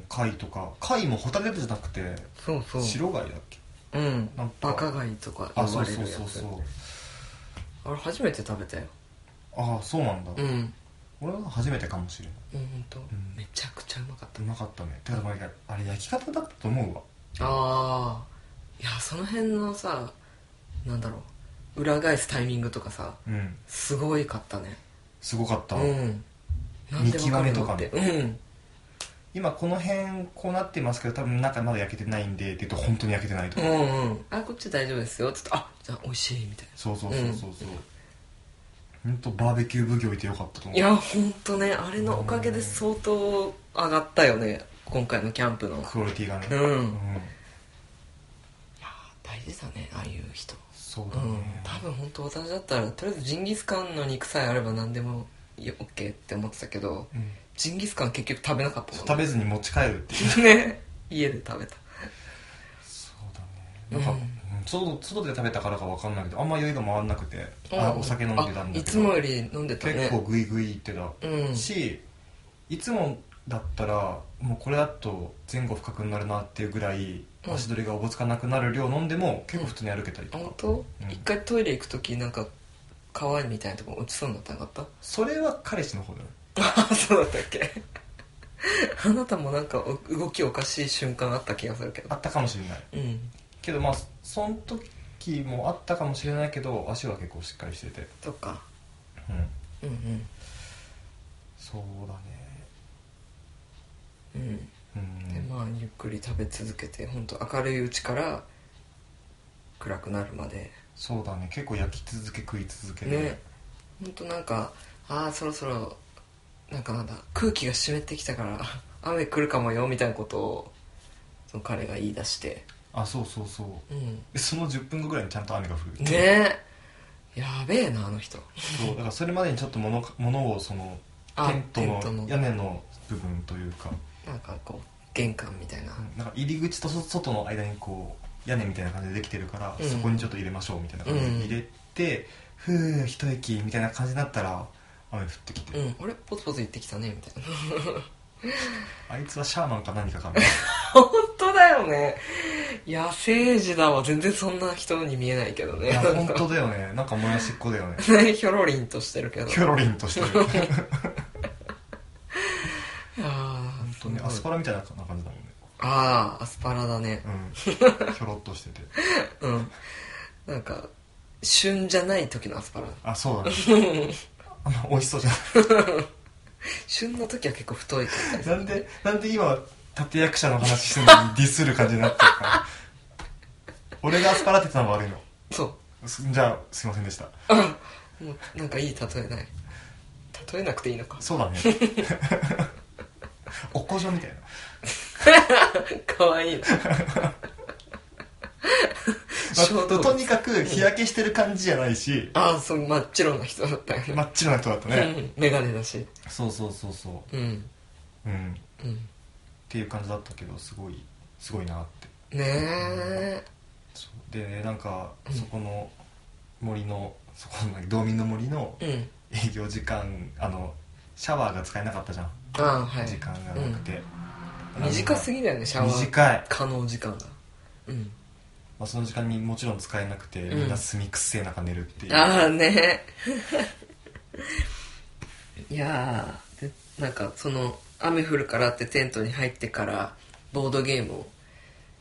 B: 貝とか貝もホタテじゃなくて
A: そうそう
B: 白貝だっけ
A: うん
B: なんか
A: バカ貝とか
B: あ
A: 呼
B: そ
A: ば
B: う
A: れる
B: そ
A: や
B: う
A: つ
B: そうそう
A: あれ初めて食べたよ
B: ああそうなんだ、
A: うんうん
B: 俺は初めてかもしれない
A: ほんと
B: ん
A: めちゃくちゃうまかった
B: うまかったねてかまああれ焼き方だったと思うわ
A: ああいやその辺のさなんだろう裏返すタイミングとかさ
B: うん
A: すごいかったね
B: すごかった、
A: うん
B: 見極めとかね
A: うん
B: 今この辺こうなってますけど多分中まだ焼けてないんでって言うと本当に焼けてないと
A: う
B: か、うん
A: うんあこっち大丈夫ですよちょっとあじゃあ美味しいみたい
B: そうそうそうそうそう本当バーベキュー奉行いてよかったと
A: な
B: 思
A: いうやほんとねあれのおかげで相当上がったよね今回のキャンプの
B: クオリティがね
A: う
B: うん
A: ん大事だねああいう人
B: そう
A: う
B: だね、
A: ん多分本当私だったらとりあえずジンギスカンの肉さえあれば何でもいや OK って思ってたけど
B: うん
A: ジンギスカン結局食べなかったもん
B: 食べずに持ち帰るっていう
A: ね家で食べた
B: そうだねなんか、うん外外で食べたからか分かんないけどあんま酔いが回んなくて、あお酒飲んでたんだけ
A: あ
B: ど
A: いつもより飲んでたね
B: 結構グイグイいってた、
A: うん
B: しいつもだったらもうこれだと前後不覚になるなっていうぐらい
A: うん
B: 足取りがおぼつかなくなる量飲んでも結構普通に歩けたりとか、
A: 本当、
B: うん
A: 一回トイレ行く時なんか川みたいなとこ落ちそうになったなかった
B: それは彼氏の方だよ
A: あそうだったっけあなたもなんかお動きおかしい瞬間あった気がするけど
B: あったかもしれない
A: うん
B: けどまあその時もあったかもしれないけど足は結構しっかりしてて
A: そっか
B: うん
A: うん
B: そうだね
A: うんうん
B: うん
A: でまあゆっくり食べ続けて本当明るいうちから暗くなるまで
B: そうだね結構焼き続け食い続けて、
A: ね本当なんかああそろそろなんかなんだ空気が湿ってきたから 雨来るかもよみたいなことをその彼が言い出して
B: あそうそうそう
A: うん
B: でその10分後ぐらいにちゃんと雨が降る
A: ねえやべえなあの人
B: そうだからそれまでにちょっと物か物をその
A: あ
B: テントの
A: テントの
B: 屋根の部分というか
A: なんかこう玄関みたいな
B: なんか入り口とそ外の間にこう屋根みたいな感じでできてるから、
A: うん
B: そこにちょっと入れましょうみたいな感じで入れて、ふう一息みたいな感じになったら雨降ってきて、
A: うん俺ポツポツ行ってきたねみたいな
B: あいつはシャーマンか何か かな
A: 本当だよね野生児だわ全然そんな人に見えないけど
B: い
A: ね
B: や
A: なん
B: 本
A: か
B: 当だよねなんかもやしっこ だよね
A: ねひょろりんとしてるけどい
B: キョロリンとしてる本
A: や本
B: 当にアスパラみたいな感じだもんね
A: ああアスパラだね
B: うんひょろっとしてて
A: うんなんか旬じゃない時のアスパラ
B: あそうだね あんま美味しそうじゃない
A: 旬の時は結構太いかったりす
B: な
A: る
B: んで、なんで今、立役者の話してるのにディスる感じになってるから。俺がアスパラって言ったのも悪いの。
A: そ
B: すじゃあ、すいませんでした。
A: うもうなんかいい例えない例えなくていいのか
B: そうだね。 おこじょみたいな。
A: かわいいな
B: まあ
A: 衝動
B: とにかく日焼けしてる感じじゃないし、
A: ああそう真っ白な人だったよね
B: 真っ白な人だった
A: う
B: ね。
A: ん眼鏡だし
B: そうそうそうそ
A: うん
B: う。うん。っ
A: うん
B: ていう感じだったけど、すごい、すごいなって。
A: ねえ
B: そうでねなんかそこの森のそこの道民の森の
A: うん
B: 営業時間あのシャワーが使えなかったじゃん
A: ああはい
B: 時間がなくて、
A: 短すぎだよねシャワー
B: 短い、
A: 可能時間がうん
B: まあ、その時間にもちろん使えなくて、
A: うん
B: みんな住みくっせえ中寝るっていう
A: ああね いやーでなんかその雨降るからってテントに入ってからボードゲームを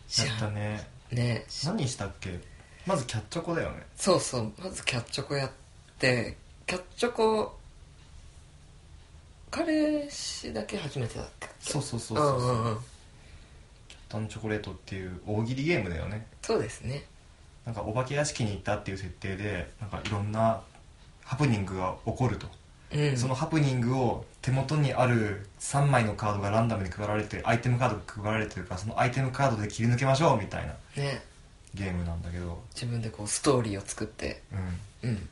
A: し
B: やったね
A: ねし
B: 何したっけまずキャッチョコだよね
A: そうそうまずキャッチョコやってキャッチョコ彼氏だけ初めてだった
B: そうそうそう
A: う
B: そ
A: ん
B: う
A: う
B: そうん
A: うん
B: タンチョコレートっていう大喜利ゲームだよね
A: そうですね
B: なんかお化け屋敷に行ったっていう設定でなんかいろんなハプニングが起こると、
A: うん
B: そのハプニングを手元にある3枚のカードがランダムに配られてアイテムカードが配られてるからそのアイテムカードで切り抜けましょうみたいな
A: ね
B: ゲームなんだけど
A: 自分でこうストーリーを作って
B: うん
A: うん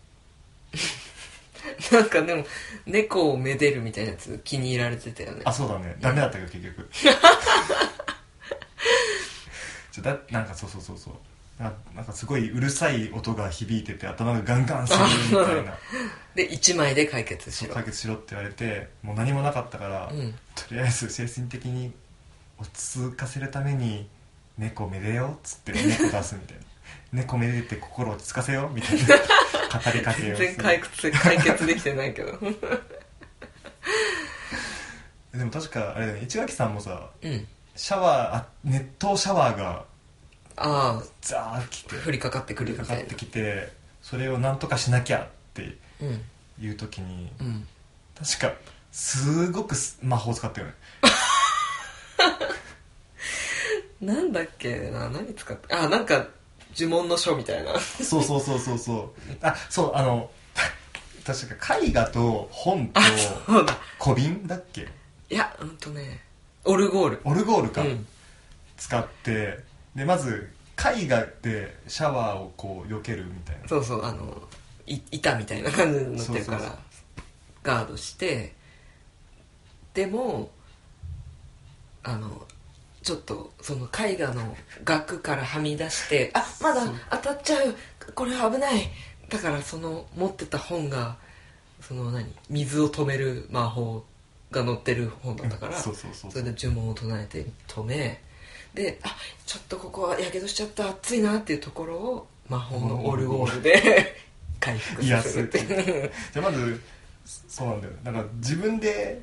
A: なんかでも猫をめでるみたいなやつ気に入られてたよね
B: あそうだねダメだったけど結 局ちょだなんかそうそうそうそうななんかすごいうるさい音が響いてて頭がガンガンするみたいな
A: で1枚で解決し
B: そう
A: ろ
B: 解決しろって言われてもう何もなかったから、
A: うん
B: とりあえず精神的に落ち着かせるために猫めでようっつって猫出すみたいな 猫めでて心落ち着かせようみたい な語りかけ
A: 全
B: を
A: 然解決解決できてないけど
B: でも確かあれだよね市垣さんもさ
A: うん
B: シャワーあ熱湯シャワーが
A: あ
B: ザーッ来
A: あ
B: て
A: 降りかかってくるみ
B: か
A: た
B: か
A: い
B: っ
A: な
B: てきてそれをなんとかしなきゃって
A: うん
B: いう時に
A: うん
B: 確かすごくす魔法使ったよね
A: なんだっけな何使ってあなんか呪文の書みたいな
B: そうそうそうそうそうあそうあの確か絵画と本と
A: そうだ
B: 小瓶だっけ
A: いやうんとねオルゴール
B: オルゴールか、
A: うん
B: 使ってでまず絵画でシャワーをこう避けるみたいな
A: そうそうあのい板みたいな感じになってるから
B: そうそうそう
A: ガードしてでもあのちょっとその絵画の額からはみ出してあまだ
B: そう
A: 当たっちゃうこれ危ないだからその持ってた本がその何水を止める魔法が載ってる本だったから
B: そうそうそう
A: それで呪文を唱えて止めであちょっとここはやけどしちゃった熱いなっていうところを魔法のオルゴールで 回復させるっていう
B: じゃあまずそうなんだよなんか自分で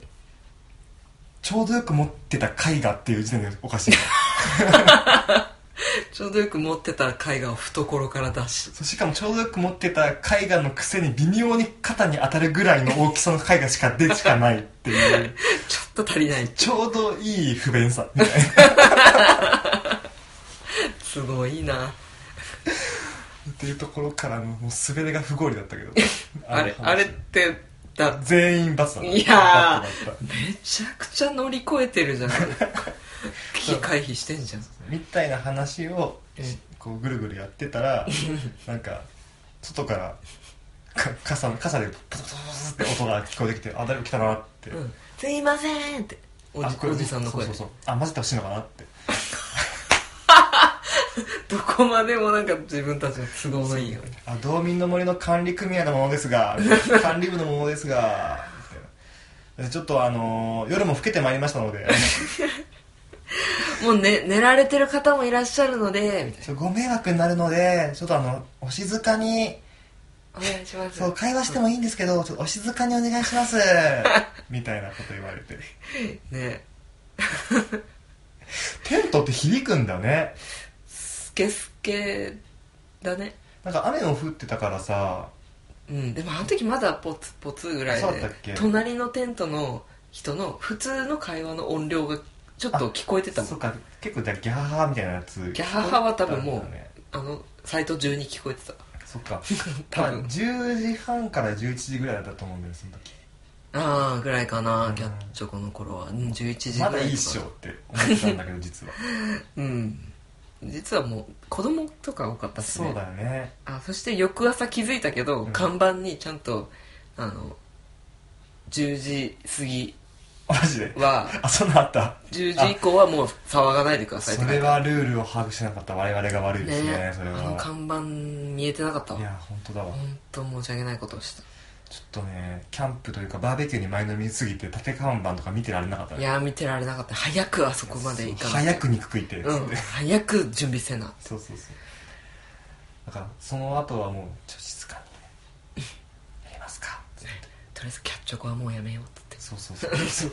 B: ちょうどよく持ってた絵画っていう時点でおかしい
A: ちょうどよく持ってた絵画を懐から出し
B: そうしかもちょうどよく持ってた絵画のくせに微妙に肩に当たるぐらいの大きさの絵画しか出しかないっていう
A: ちょっと足りない
B: ちょうどいい不便さみたいな
A: すごいな
B: っていうところからのもう滑りが不合理だったけど
A: あれ
B: の話
A: あれってだ
B: 全員バツだった
A: いやー
B: バツだった
A: めちゃくちゃ乗り越えて るじゃん危機回避してんじゃん
B: みたいな話を
A: うん
B: こうぐるぐるやって たらなんか外からか傘の傘でパタパタパタって音が聞こえてきてあだいぶ来たなって、
A: うんすいませんっておじ
B: あこれ
A: おじさんの声
B: そうそうそうあ混ぜてほしいのかなって
A: どこまでもなんか自分たちの都合のいいよね
B: あ道民の森の管理組合のもので すが管理部のものですがみたいなちょっとあのー夜も更けてまいりました ので
A: もう、ね、寝られてる方もいらっしゃるのでみたい
B: ちょご迷惑になるのでちょっとあのお静かに
A: なお願いします
B: そう会話してもいいんですけどちょっとお静かにお願いします みたいなこと言われて
A: ね
B: テントって響くんだね
A: スケスケだね
B: なんか雨も降ってたからさ
A: うんでもあの時まだポツポツぐらい
B: そうだったっけ
A: で隣のテントの人の普通の会話の音量がちょっと聞こえてたも
B: そっ
A: ん
B: か結構じゃあギャハハみたいなやつ
A: ギャハハは多分もう
B: 聞こえてたんだね
A: あのサイト中に聞こえてた
B: そっか
A: 多分
B: まあ10時半から11時ぐらいだったと思うんだよその時
A: ああぐらいかな、
B: うん
A: ギャッチョコの頃はうん11時ぐらいとか
B: まだいいっし ょって思ってたんだけど実は
A: うん実はもう子供とか多かったしね
B: そうだよね
A: あそして翌朝気づいたけど、
B: うん
A: 看板にちゃんとあの10時過ぎ
B: マジで
A: は
B: あそんなんあった
A: 10時以降はもう騒がないでくださいって
B: そ
A: 書い
B: れ
A: てあ
B: はルールを把握してなかった我々が悪い
A: る
B: ですねそれ
A: あの
B: は
A: 看板見えてなかったわ
B: いや本当だわ
A: 本当申し訳ないことをし
B: ちょっとねキャンプというかバーベキューに前のめりすぎて縦看板とか見てられなかった
A: た
B: ね
A: いや見てられなかった早くあそこまで行かない
B: 早く肉食いてっつって、
A: うん早く準備せな
B: そうそうそうだからその後はもうちょっと静かにねやりま すかつって
A: とりあえずキャッチョコはもうやめようって
B: そうそうそう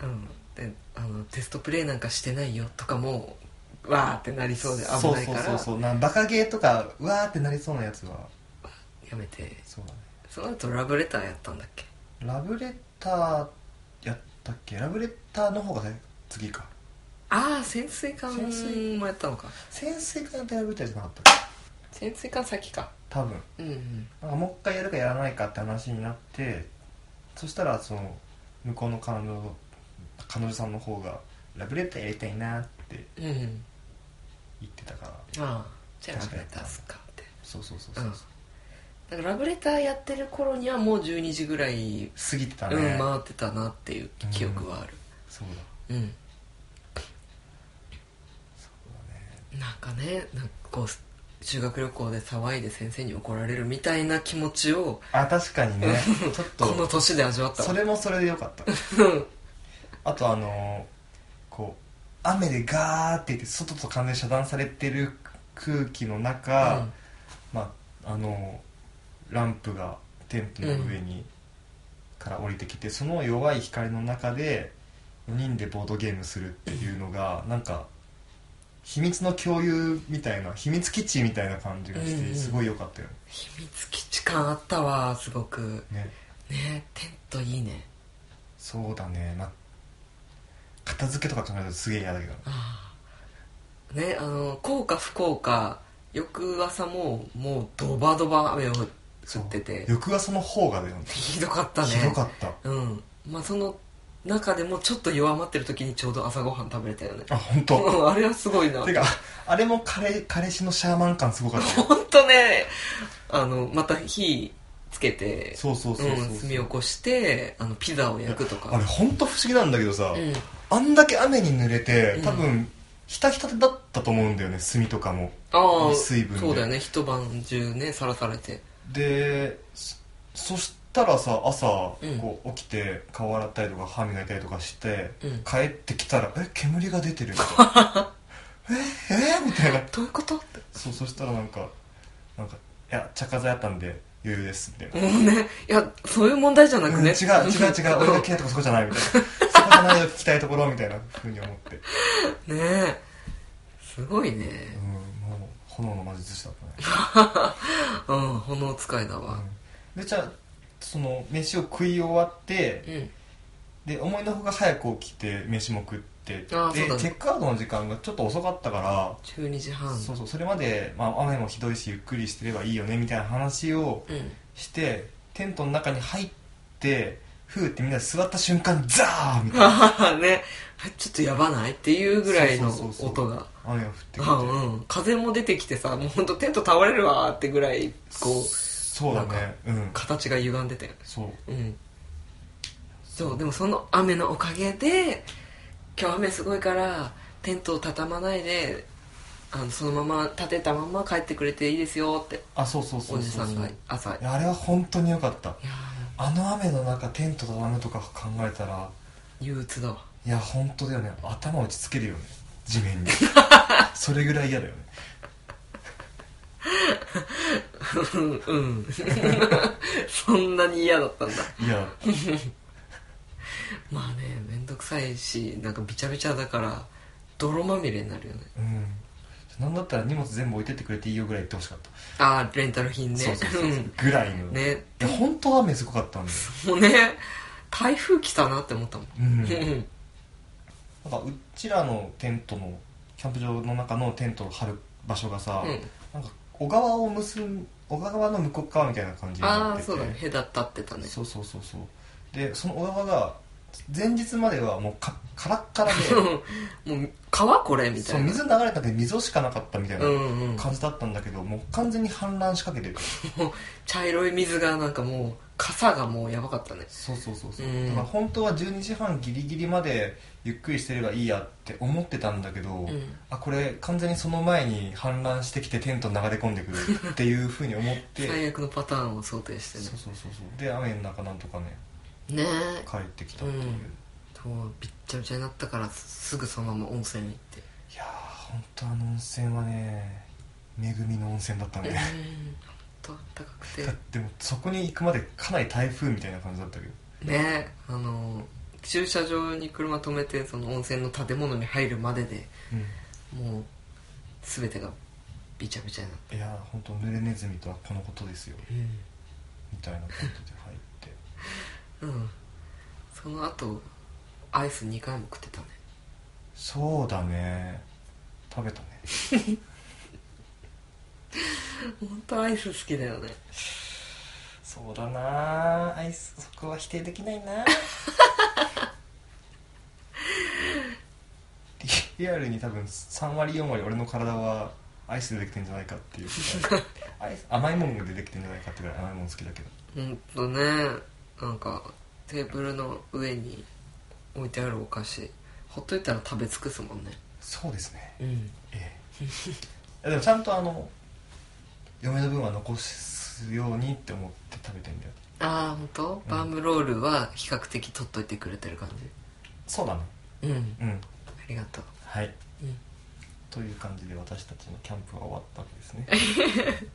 A: 言って、うん、であのテストプレイなんかしてないよとかもわーってなりそうで危ないから
B: そうそうそうそうなバカゲーとかうわーってなりそうなやつは
A: やめて
B: そうだね
A: その後ラブレターやったんだっけ
B: ラブレターやったっけラブレターの方がね次か
A: ああ潜水艦
B: 潜水
A: もやったのか
B: 潜水艦ってラブレターじゃなかったっけ
A: 潜水艦先か
B: 多分
A: うんうん
B: なんかもう一回やるかやらないかって話になってそしたらその向こうの彼女彼女さんの方が「ラブレターやりたいな」って
A: うんうん
B: 言ってたから
A: ああじゃあラ
B: 確
A: ブ
B: か
A: レ
B: に
A: ターすっかって
B: そうそうそうそう、
A: うんだからラブレターやってる頃にはもう12時ぐらい、
B: 過ぎてたね、
A: うん回ってたなっていう記憶はある
B: そうだ
A: うん、
B: そうだね
A: なんかねなんかこう修学旅行で騒いで先生に怒られるみたいな気持ちを
B: あ確かにね ちょっ
A: この
B: と
A: 年で味わった
B: それもそれでよかった
A: うん
B: あとあのーこう雨でガーって言って外と完全に遮断されてる空気の中、
A: うん
B: まああのーランプがテントの上に、から降りてきてその弱い光の中で4人でボードゲームするっていうのが、なんか秘密の共有みたいな秘密基地みたいな感じが
A: う
B: し
A: んう
B: て
A: ん
B: すごい良かったよ、
A: 秘密基地感あったわすごく
B: ね
A: ねテントいいね
B: そうだね、まあ、片付けとか考えるとすげえ嫌だけど
A: ああねあの幸か不幸か翌朝ももうドバドバ雨を降ってて
B: そう翌朝の方がだよね
A: ひどかったね
B: ひどかった
A: うんまあその中でもちょっと弱まってる時にちょうど朝ごはん食べれたよね
B: あ本当。
A: うんあれはすごいな
B: てかあれも彼彼氏のシャーマン感すごかったよ
A: ほんとねあのまた火つけて
B: そうそうそうそう、
A: うん、炭起こしてあのピザを焼くとか
B: あれ本当不思議なんだけどさ、
A: うん
B: あんだけ雨に濡れて
A: うん
B: 多分、ひたひただったと思うんだよね炭とかも
A: ああ
B: 水分で
A: そうだよね一晩中ねさらされて
B: でそそしたらさ朝、
A: うん
B: こう起きて顔洗ったりとか歯磨いたりとかして、
A: うん
B: 帰ってきたら「え煙が出てる」みたい な「ええみたいな
A: どういうことって
B: そうそしたらなんか「なんかいや着火剤あったんで余裕です」みたいな
A: もうねいやそういう問題じゃな
B: う
A: く
B: ん違う違
A: ね、
B: う違う俺が 聞きたいとこそこじゃないみたいなそこじゃないよ聞きたいところみたいなふうに思って、うん、
A: ねえすごいね
B: もう炎の魔術師だったね、
A: うん炎使いだわ
B: うん、でじゃあその飯を食い終わって
A: うん、
B: で思いのほか早く起きて飯も食ってで、
A: あーそうだね
B: チェックアウトの時間がちょっと遅かったから、
A: 12時半
B: そうそうそれまで、まあ、雨もひどいしゆっくりしてればいいよねみたいな話を
A: うん
B: してテントの中に入ってふーってみんなで座った瞬間ザーみたいな
A: ねちょっとやばないっていうぐらいの
B: そうそうそうそう
A: 音が
B: 雨が降ってきて
A: あうん風も出てきてさもうほんとテント倒れるわーってぐらいこう
B: そうだねうん
A: 形が歪んでたよね
B: そう
A: うんそうでもその雨のおかげで今日雨すごいからテントを畳まないであのそのまま立てたまま帰ってくれていいですよって
B: あそうそうそ
A: お
B: う
A: じ
B: そ
A: さ
B: うんそう
A: が
B: い
A: 朝いや
B: やあれは本当に良かった
A: ー
B: あの雨の中テント畳むとか考えたら
A: 憂鬱だわ
B: いや本当だよね頭打ちつけるよね地 面にそれぐらい嫌だよね
A: うんうん そんなに嫌だったんだ
B: いや
A: まあねめんどくさいしなんかびちゃびちゃだから泥まみれになるよね
B: うんなんだったら荷物全部置いてってくれていいよぐらい言ってほしかった、
A: ああレンタル品ね
B: そうそうそうそうぐらいの、
A: うんね
B: いや本当は雨すごかったんだ
A: も
B: よ、
A: うね台風来たなって思ったもん
B: うん、
A: う
B: なん
A: ん
B: かうちらのテントのキャンプ場の中のテントを張る場所がさ、
A: うん
B: なんか小川を結ん小川の向こう側みたいな感じに
A: あ
B: なって
A: あ
B: て
A: そうだね隔たってたね
B: そうそうそうそうでその小川が前日まではもうかカラッ カラで
A: もう川これみた
B: そう
A: いな
B: 水流れたけど溝しかなかったみたいな
A: うんうん
B: 感じだったんだけど、もう完全に氾濫しかけてる
A: もう茶色い水がなんかもう傘がもうやばかったね
B: そうそうそうそう、
A: うん
B: だから本当は12時半ギリギリまでゆっくりしてればいいやって思ってたんだけど、
A: ん
B: あこれ完全にその前に氾濫してきてテント流れ込んでくるっていうふうに思っ て
A: 最悪のパターンを想定して
B: そうそうそうそうで雨の中なんとかね
A: ねねえ
B: 帰ってきたっていう、
A: うん
B: い
A: とびっちゃびちゃになったからすぐそのまま温泉に行って
B: やー本当あの温泉はね恵みの温泉だった
A: うん
B: ね、
A: ほんとあったかくて
B: だってもうそこに行くまでかなり台風みたいな感じだったけど
A: ねあの駐車場に車止めてその温泉の建物に入るまでで
B: うん
A: もう全てがびちゃびちゃになって、
B: いやー本当濡れネズミとはこのことですよみたいなことで入って
A: うん、その後アイス2回も食ってたね
B: そうだね食べたね
A: 本当アイス好きだよね
B: そうだなアイスそこは否定できないな リアルに多分3割4割俺の体はアイスでできてんじゃないかって いうぐらいアイス甘いもんでできてんじゃないかってぐらい甘いもん好きだけど
A: 本当ねなんかテーブルの上に置いてあるお菓子ほっといたら食べ尽くすもんね
B: そうですね
A: うん
B: え えいやでもちゃんとあの嫁の分は残すようにって思って食べてんだよ
A: ああ本当バームロールは比較的取っといてくれてる感
B: そうだね
A: じうん
B: うん
A: ありがとう
B: はい
A: うん
B: という感じで私たちのキャンプは終わったわけ ですね、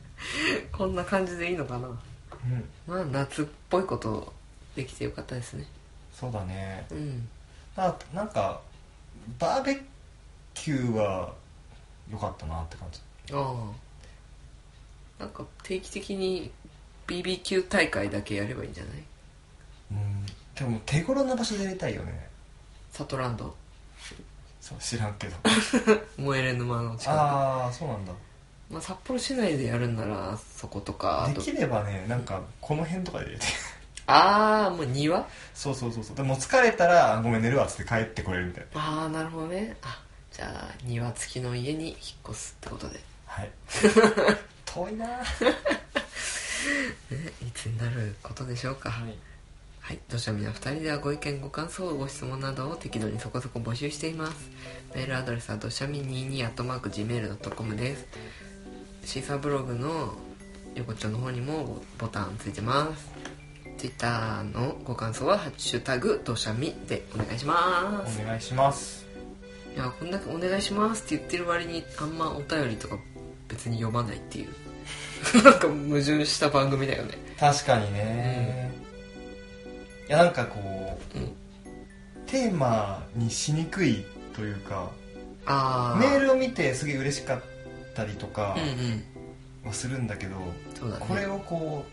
A: こんな感じでいいのかな
B: うん、
A: まあ夏っぽいことできてよかったですね
B: そうだね
A: うん
B: あなんかバーベキューは良かったなって感じ
A: ああなんか定期的に BBQ 大会だけやればいいんじゃない
B: うんでも手頃な場所でやりたいよね
A: サトランド
B: そう知らんけど
A: 燃えれ沼の近く
B: ああそうなんだ
A: まあ、札幌市内でやるんならそことかあ
B: で
A: と
B: きればねなんかこの辺とかでやりたい
A: ああもう庭
B: そうそうそうそうでも疲れたらあごめん寝るわっつって帰ってこれるみたいな
A: ああなるほどねあじゃあ庭付きの家に引っ越すってことで
B: はい 遠いなはい
A: ねいつになることでしょうかはい、どうしようみな2人ではご意見ご感想ご質問などを適度にそこそこ募集していますメールアドレスはどしゃみ22 gmail.com ですシーサーブログの横丁の方にもボタンついてますツイッターのご感想は「ハッシュタグどしゃみ」でお願いします
B: お願いします
A: いやこんだけ「お願いします」って言ってる割にあんまお便りとか別に読まないっていう なんか矛盾した番組だよね
B: 確かにね、いやなんかこう、
A: うん
B: テーマにしにくいというか
A: ああ
B: メールを見てすげえ嬉しかったりとか
A: うんうん
B: はするんだけど、
A: そうだね
B: これをこ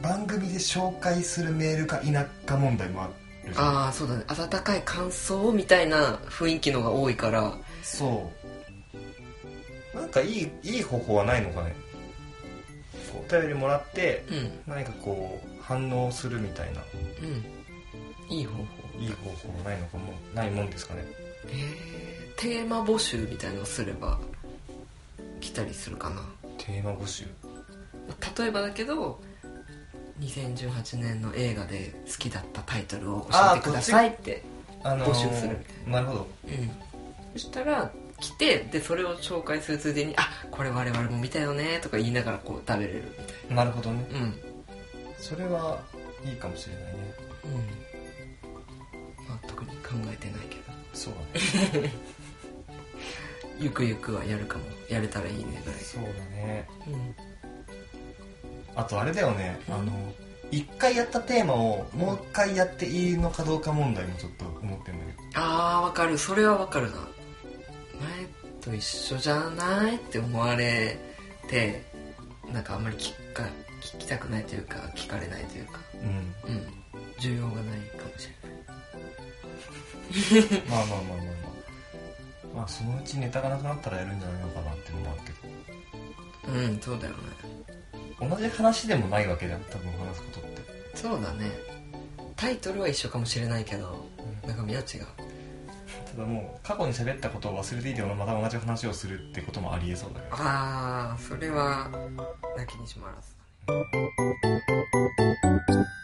B: う番組で紹介するメールか否か問題もあるじゃん
A: ああそうだね温かい感想みたいな雰囲気のが多いから
B: そうなんかいいいい方法はないのかねこうお便りもらって
A: うん
B: 何かこう反応するみたいな
A: うんいい方法
B: いい方法はないのかもないもんですかね
A: えー、テーマ募集みたいのすれば来たりするかな
B: テーマ募集
A: 例えばだけど2018年の映画で好きだったタイトルを教え
B: あ
A: て
B: ー
A: くださいって
B: あの
A: 募集するみたい
B: なるほど
A: うんそしたら来てでそれを紹介するついでに「あこれ我々も見たよね」とか言いながらこう食べれるみたい
B: なるほどね
A: なうん
B: それはいいかもしれないね
A: うんまあ特に考えてないけど
B: そうだね
A: ゆくゆくはやるかもやれたらいいねぐらい
B: そうだね
A: うん
B: あとあれだよねあの一回やったテーマをもう一回やっていいのかどうか問題もちょっと思ってんだけど
A: あーわかるそれはわかるな前と一緒じゃないって思われてなんかあんまり聞か聞きたくないというか聞かれないというか
B: う
A: う
B: ん
A: ん需要がないかもしれない
B: まあまあまあまあまあまあそのうちネタがなくなったらやるんじゃないのかなっていうのもあるけ
A: うんそうだよね
B: ど同じ話でもないわけじゃん多分話すことって
A: そうだねタイトルは一緒かもしれないけど中身は違う
B: ただもう過去に喋ったことを忘れていてもまた同じ話をするってこともありえそうだけど
A: ああそれはなきにしもあらずだね